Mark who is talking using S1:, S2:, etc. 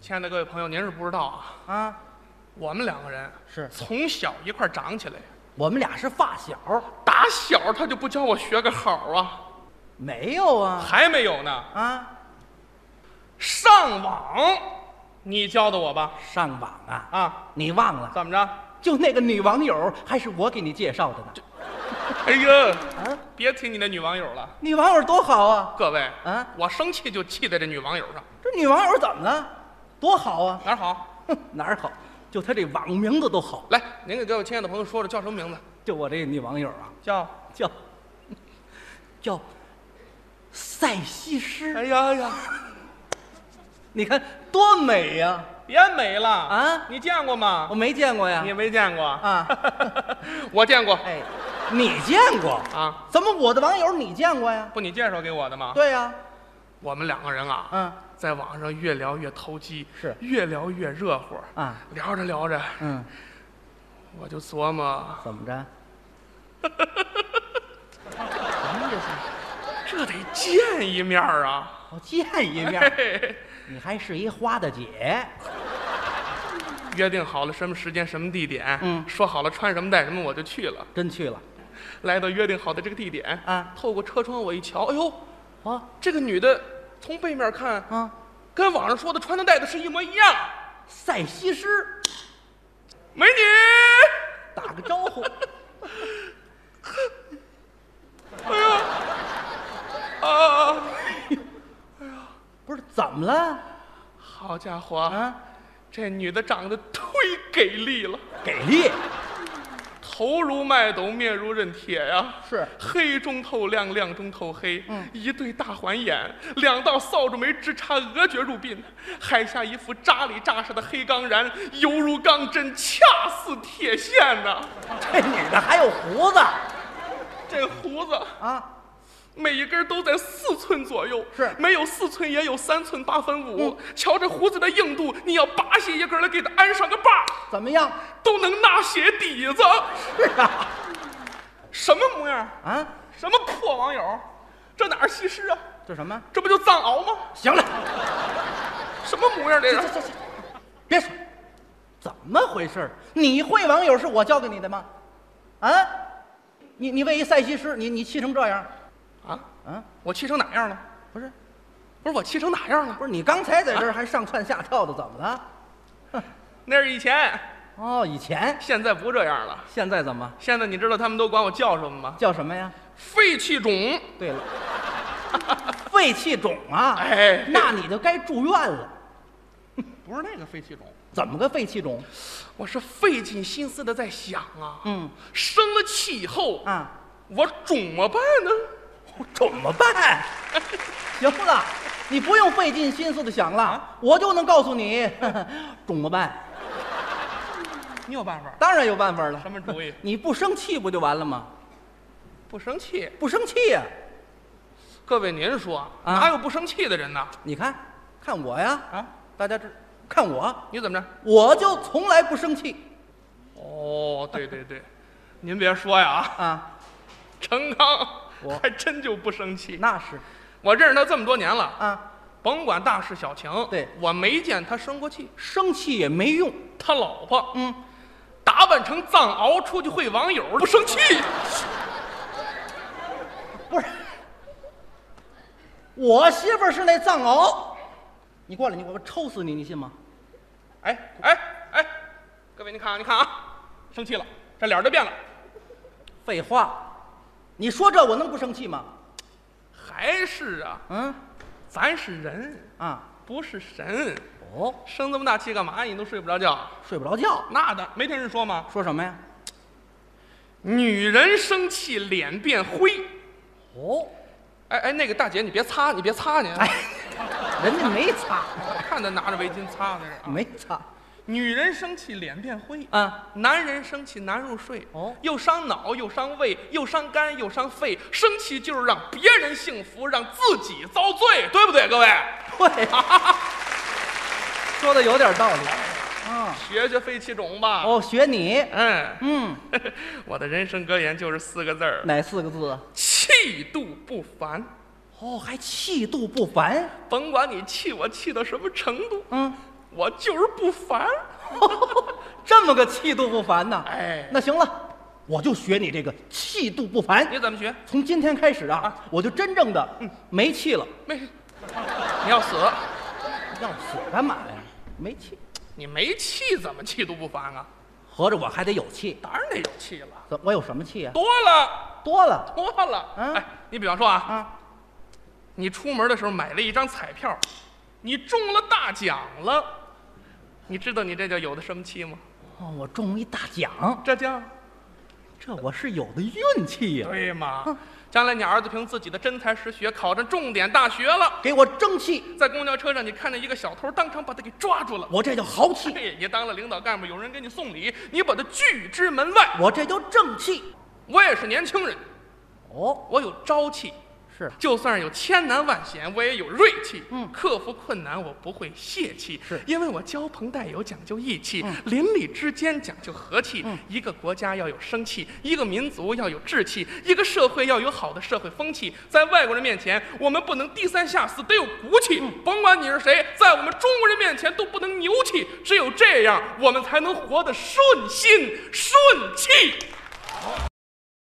S1: 亲爱的各位朋友，您是不知道啊，
S2: 啊，
S1: 我们两个人
S2: 是
S1: 从小一块儿长起来，
S2: 我们俩是发小，
S1: 打小他就不教我学个好啊，
S2: 没有啊
S1: 还没有呢。
S2: 啊，
S1: 上网，你教的我吧？
S2: 上网啊，
S1: 啊，
S2: 你忘了？
S1: 怎么着？
S2: 就那个女网友还是我给你介绍的呢。
S1: 哎呀，
S2: 啊，
S1: 别提你那女网友了，
S2: 女网友多好啊！
S1: 各位，
S2: 啊，
S1: 我生气就气在这女网友上，
S2: 这女网友怎么了？多好啊！
S1: 哪儿好？
S2: 哼，哪儿好？就她这网名字都好。
S1: 来，您给各位亲爱的朋友说说叫什么名字？
S2: 就我这女网友啊，
S1: 叫……
S2: 叫 叫赛西施，
S1: 哎呀呀，
S2: 你看多美呀、
S1: 别美了
S2: 啊
S1: 你见过吗
S2: 我？没见过呀
S1: 你。也没见过
S2: 啊？
S1: 我见过
S2: 哎，你见过？
S1: 啊，
S2: 怎么我的网友你见过呀？
S1: 不你介绍给我的吗？
S2: 对呀、
S1: 我们两个人啊，
S2: 嗯
S1: 在网上越聊越投机，
S2: 是
S1: 越聊越热乎。
S2: 啊，
S1: 聊着聊着，
S2: 嗯，
S1: 我就琢磨，
S2: 怎么着？
S1: 这得见一面儿啊。
S2: 我见一面
S1: 嘿
S2: 儿，
S1: 嘿
S2: 你还是一花大姐，
S1: 约定好了什么时间、什么地点，
S2: 嗯
S1: 说好了穿什么带什么，我就去了。
S2: 真去了
S1: 来到约定好的这个地点，
S2: 啊
S1: 透过车窗我一瞧，哎呦，
S2: 啊
S1: 这个女的从背面看，
S2: 啊！
S1: 跟网上说的穿的戴的是一模一样。
S2: 赛西施，
S1: 美女，
S2: 打个招呼，
S1: 哎啊，
S2: 不是怎么了
S1: 好家伙，
S2: 啊？
S1: 这女的长得忒给力了，
S2: 给力
S1: 头如麦斗，面如刃铁呀、
S2: 是
S1: 黑中透亮，亮中透黑。
S2: 嗯
S1: 一对大环眼，两道扫帚眉直插额角入鬓，海下一副扎里扎实的黑钢髯，犹如钢针，恰似铁线呐、
S2: 这女的还有胡子
S1: 这胡子
S2: 啊？
S1: 每一根都在四寸左右，
S2: 是
S1: 没有四寸也有三寸八分五。瞧这胡子的硬度，你要拔下一根来给它安上个把儿，
S2: 怎么样？
S1: 都能纳鞋底子。
S2: 是啊
S1: 什么模样？
S2: 啊，
S1: 什么破网友？这哪儿西施啊？
S2: 这什么？
S1: 这不就藏獒吗？
S2: 行了，
S1: 什么模样这
S2: 这
S1: 是？
S2: 这这，别说，怎么回事儿？你会网友是我教给你的吗？啊，你你为一赛西施，你你气成这样？
S1: 啊，
S2: 啊，
S1: 我气成哪样了？
S2: 不是。
S1: 不是我气成哪样了？
S2: 不是你刚才在这儿还上蹿下跳的，怎么了？
S1: 那是以前，
S2: 哦，以前，
S1: 现在不这样了。
S2: 现在怎么
S1: 现在你知道他们都管我叫什么吗？
S2: 叫什么呀？
S1: 肺气肿。
S2: 对了， 肺气肿啊！
S1: 哎
S2: 那你就该住院了。
S1: 不是那个肺气肿，
S2: 怎么个肺气肿？
S1: 我是费尽心思的在想啊。
S2: 嗯，
S1: 生了气以后，
S2: 啊，
S1: 我怎么办呢？
S2: 我怎么办？行了，你不用费尽心思的想
S1: 啊
S2: 了，我就能告诉你 怎么办。
S1: 你有办法？
S2: 当然有办法了
S1: 什，么 主意？
S2: 你不生气不就完了吗？
S1: 不生气。
S2: 不生气呀、
S1: 各位您说，
S2: 啊
S1: 哪有不生气的人呢？
S2: 你看，看我呀，
S1: 啊，
S2: 大家知看我，
S1: 你怎么着？
S2: 我就从来不生气
S1: 哦，对对对，您别说呀啊，
S2: 啊。
S1: 陈刚
S2: 我
S1: 还真就不生气。
S2: 那是
S1: 我认识他这么多年了，
S2: 啊，
S1: 甭管大事小情，
S2: 对
S1: 我没见他生过气。
S2: 生气也没用。
S1: 他老婆
S2: 嗯，
S1: 打扮成藏獒出去会网友，不生气。
S2: 不是，我媳妇儿是那藏獒。你过来，你我抽死你，你信吗？
S1: 哎哎哎，各位您看啊，您看啊，生气了，这脸儿都变了，
S2: 废话，你说这我能不生气吗？
S1: 还是啊，
S2: 嗯
S1: 咱是人，
S2: 啊，
S1: 不是神，
S2: 哦，
S1: 生这么大气干嘛？你都睡不着觉。
S2: 睡不着觉。
S1: 那的没听人说吗？
S2: 说什么呀？
S1: 女人生气脸变灰。
S2: 哦，
S1: 哎哎，那个大姐，你别擦，你别擦你。啊
S2: 哎，人家没擦，
S1: 我看她拿着围巾擦在这儿啊。
S2: 没擦
S1: 女人生气脸变灰，
S2: 啊。
S1: 男人生气难入睡，
S2: 哦
S1: 又伤脑，又伤胃，又伤肝，又伤肺。生气就是让别人幸福，让自己遭罪，对不对，各位？
S2: 对，啊说的有点道理。啊，
S1: 学学肺气肿吧。
S2: 哦，学你，
S1: 嗯，
S2: 嗯，
S1: 我的人生格言就是四个字儿：
S2: 哪四个字？啊
S1: 气度不凡。
S2: 哦，还气度不凡。
S1: 甭管你气我气到什么程度，
S2: 嗯，
S1: 我就是不烦。
S2: 这么个气度不凡呐！
S1: 哎
S2: 那行了，我就学你这个气度不凡。
S1: 你怎么学？
S2: 从今天开始啊，嗯我就真正的没气了。
S1: 没，你要死，
S2: 要死干嘛呀？没气，
S1: 你没气怎么气度不凡啊？
S2: 合着我还得有气。
S1: 当然得有气了，
S2: 怎我有什么气呀、
S1: 多了
S2: 多了
S1: 多了。
S2: 嗯
S1: 哎，你比方说啊，
S2: 啊！
S1: 你出门的时候买了一张彩票，你中了大奖了，你知道你这叫有的什么气吗？
S2: 哦，我中一大奖，
S1: 这叫
S2: 这我是有的运气呀、
S1: 对
S2: 啊
S1: 吗？将来你儿子凭自己的真才实学考上重点大学了，
S2: 给我争气，
S1: 在公交车上你看见一个小偷，当场把他给抓住了。
S2: 我这叫豪气，
S1: 嘿，你当了领导干部，有人给你送礼，你把他拒之门外。
S2: 我这叫正气。
S1: 我也是年轻人，
S2: 哦，
S1: 我有朝气，
S2: 是
S1: 就算有千难万险，我也有锐气。
S2: 嗯
S1: 克服困难我不会泄气，
S2: 是嗯
S1: 因为我交朋待友讲究义气，邻里之间讲究和气。一个国家要有生气，一个民族要有志气，一个社会要有好的社会风气。在外国人面前，我们不能低三下四，得有骨气。
S2: 嗯
S1: 甭管你是谁，在我们中国人面前都不能牛气。只有这样，我们才能活得顺心顺气。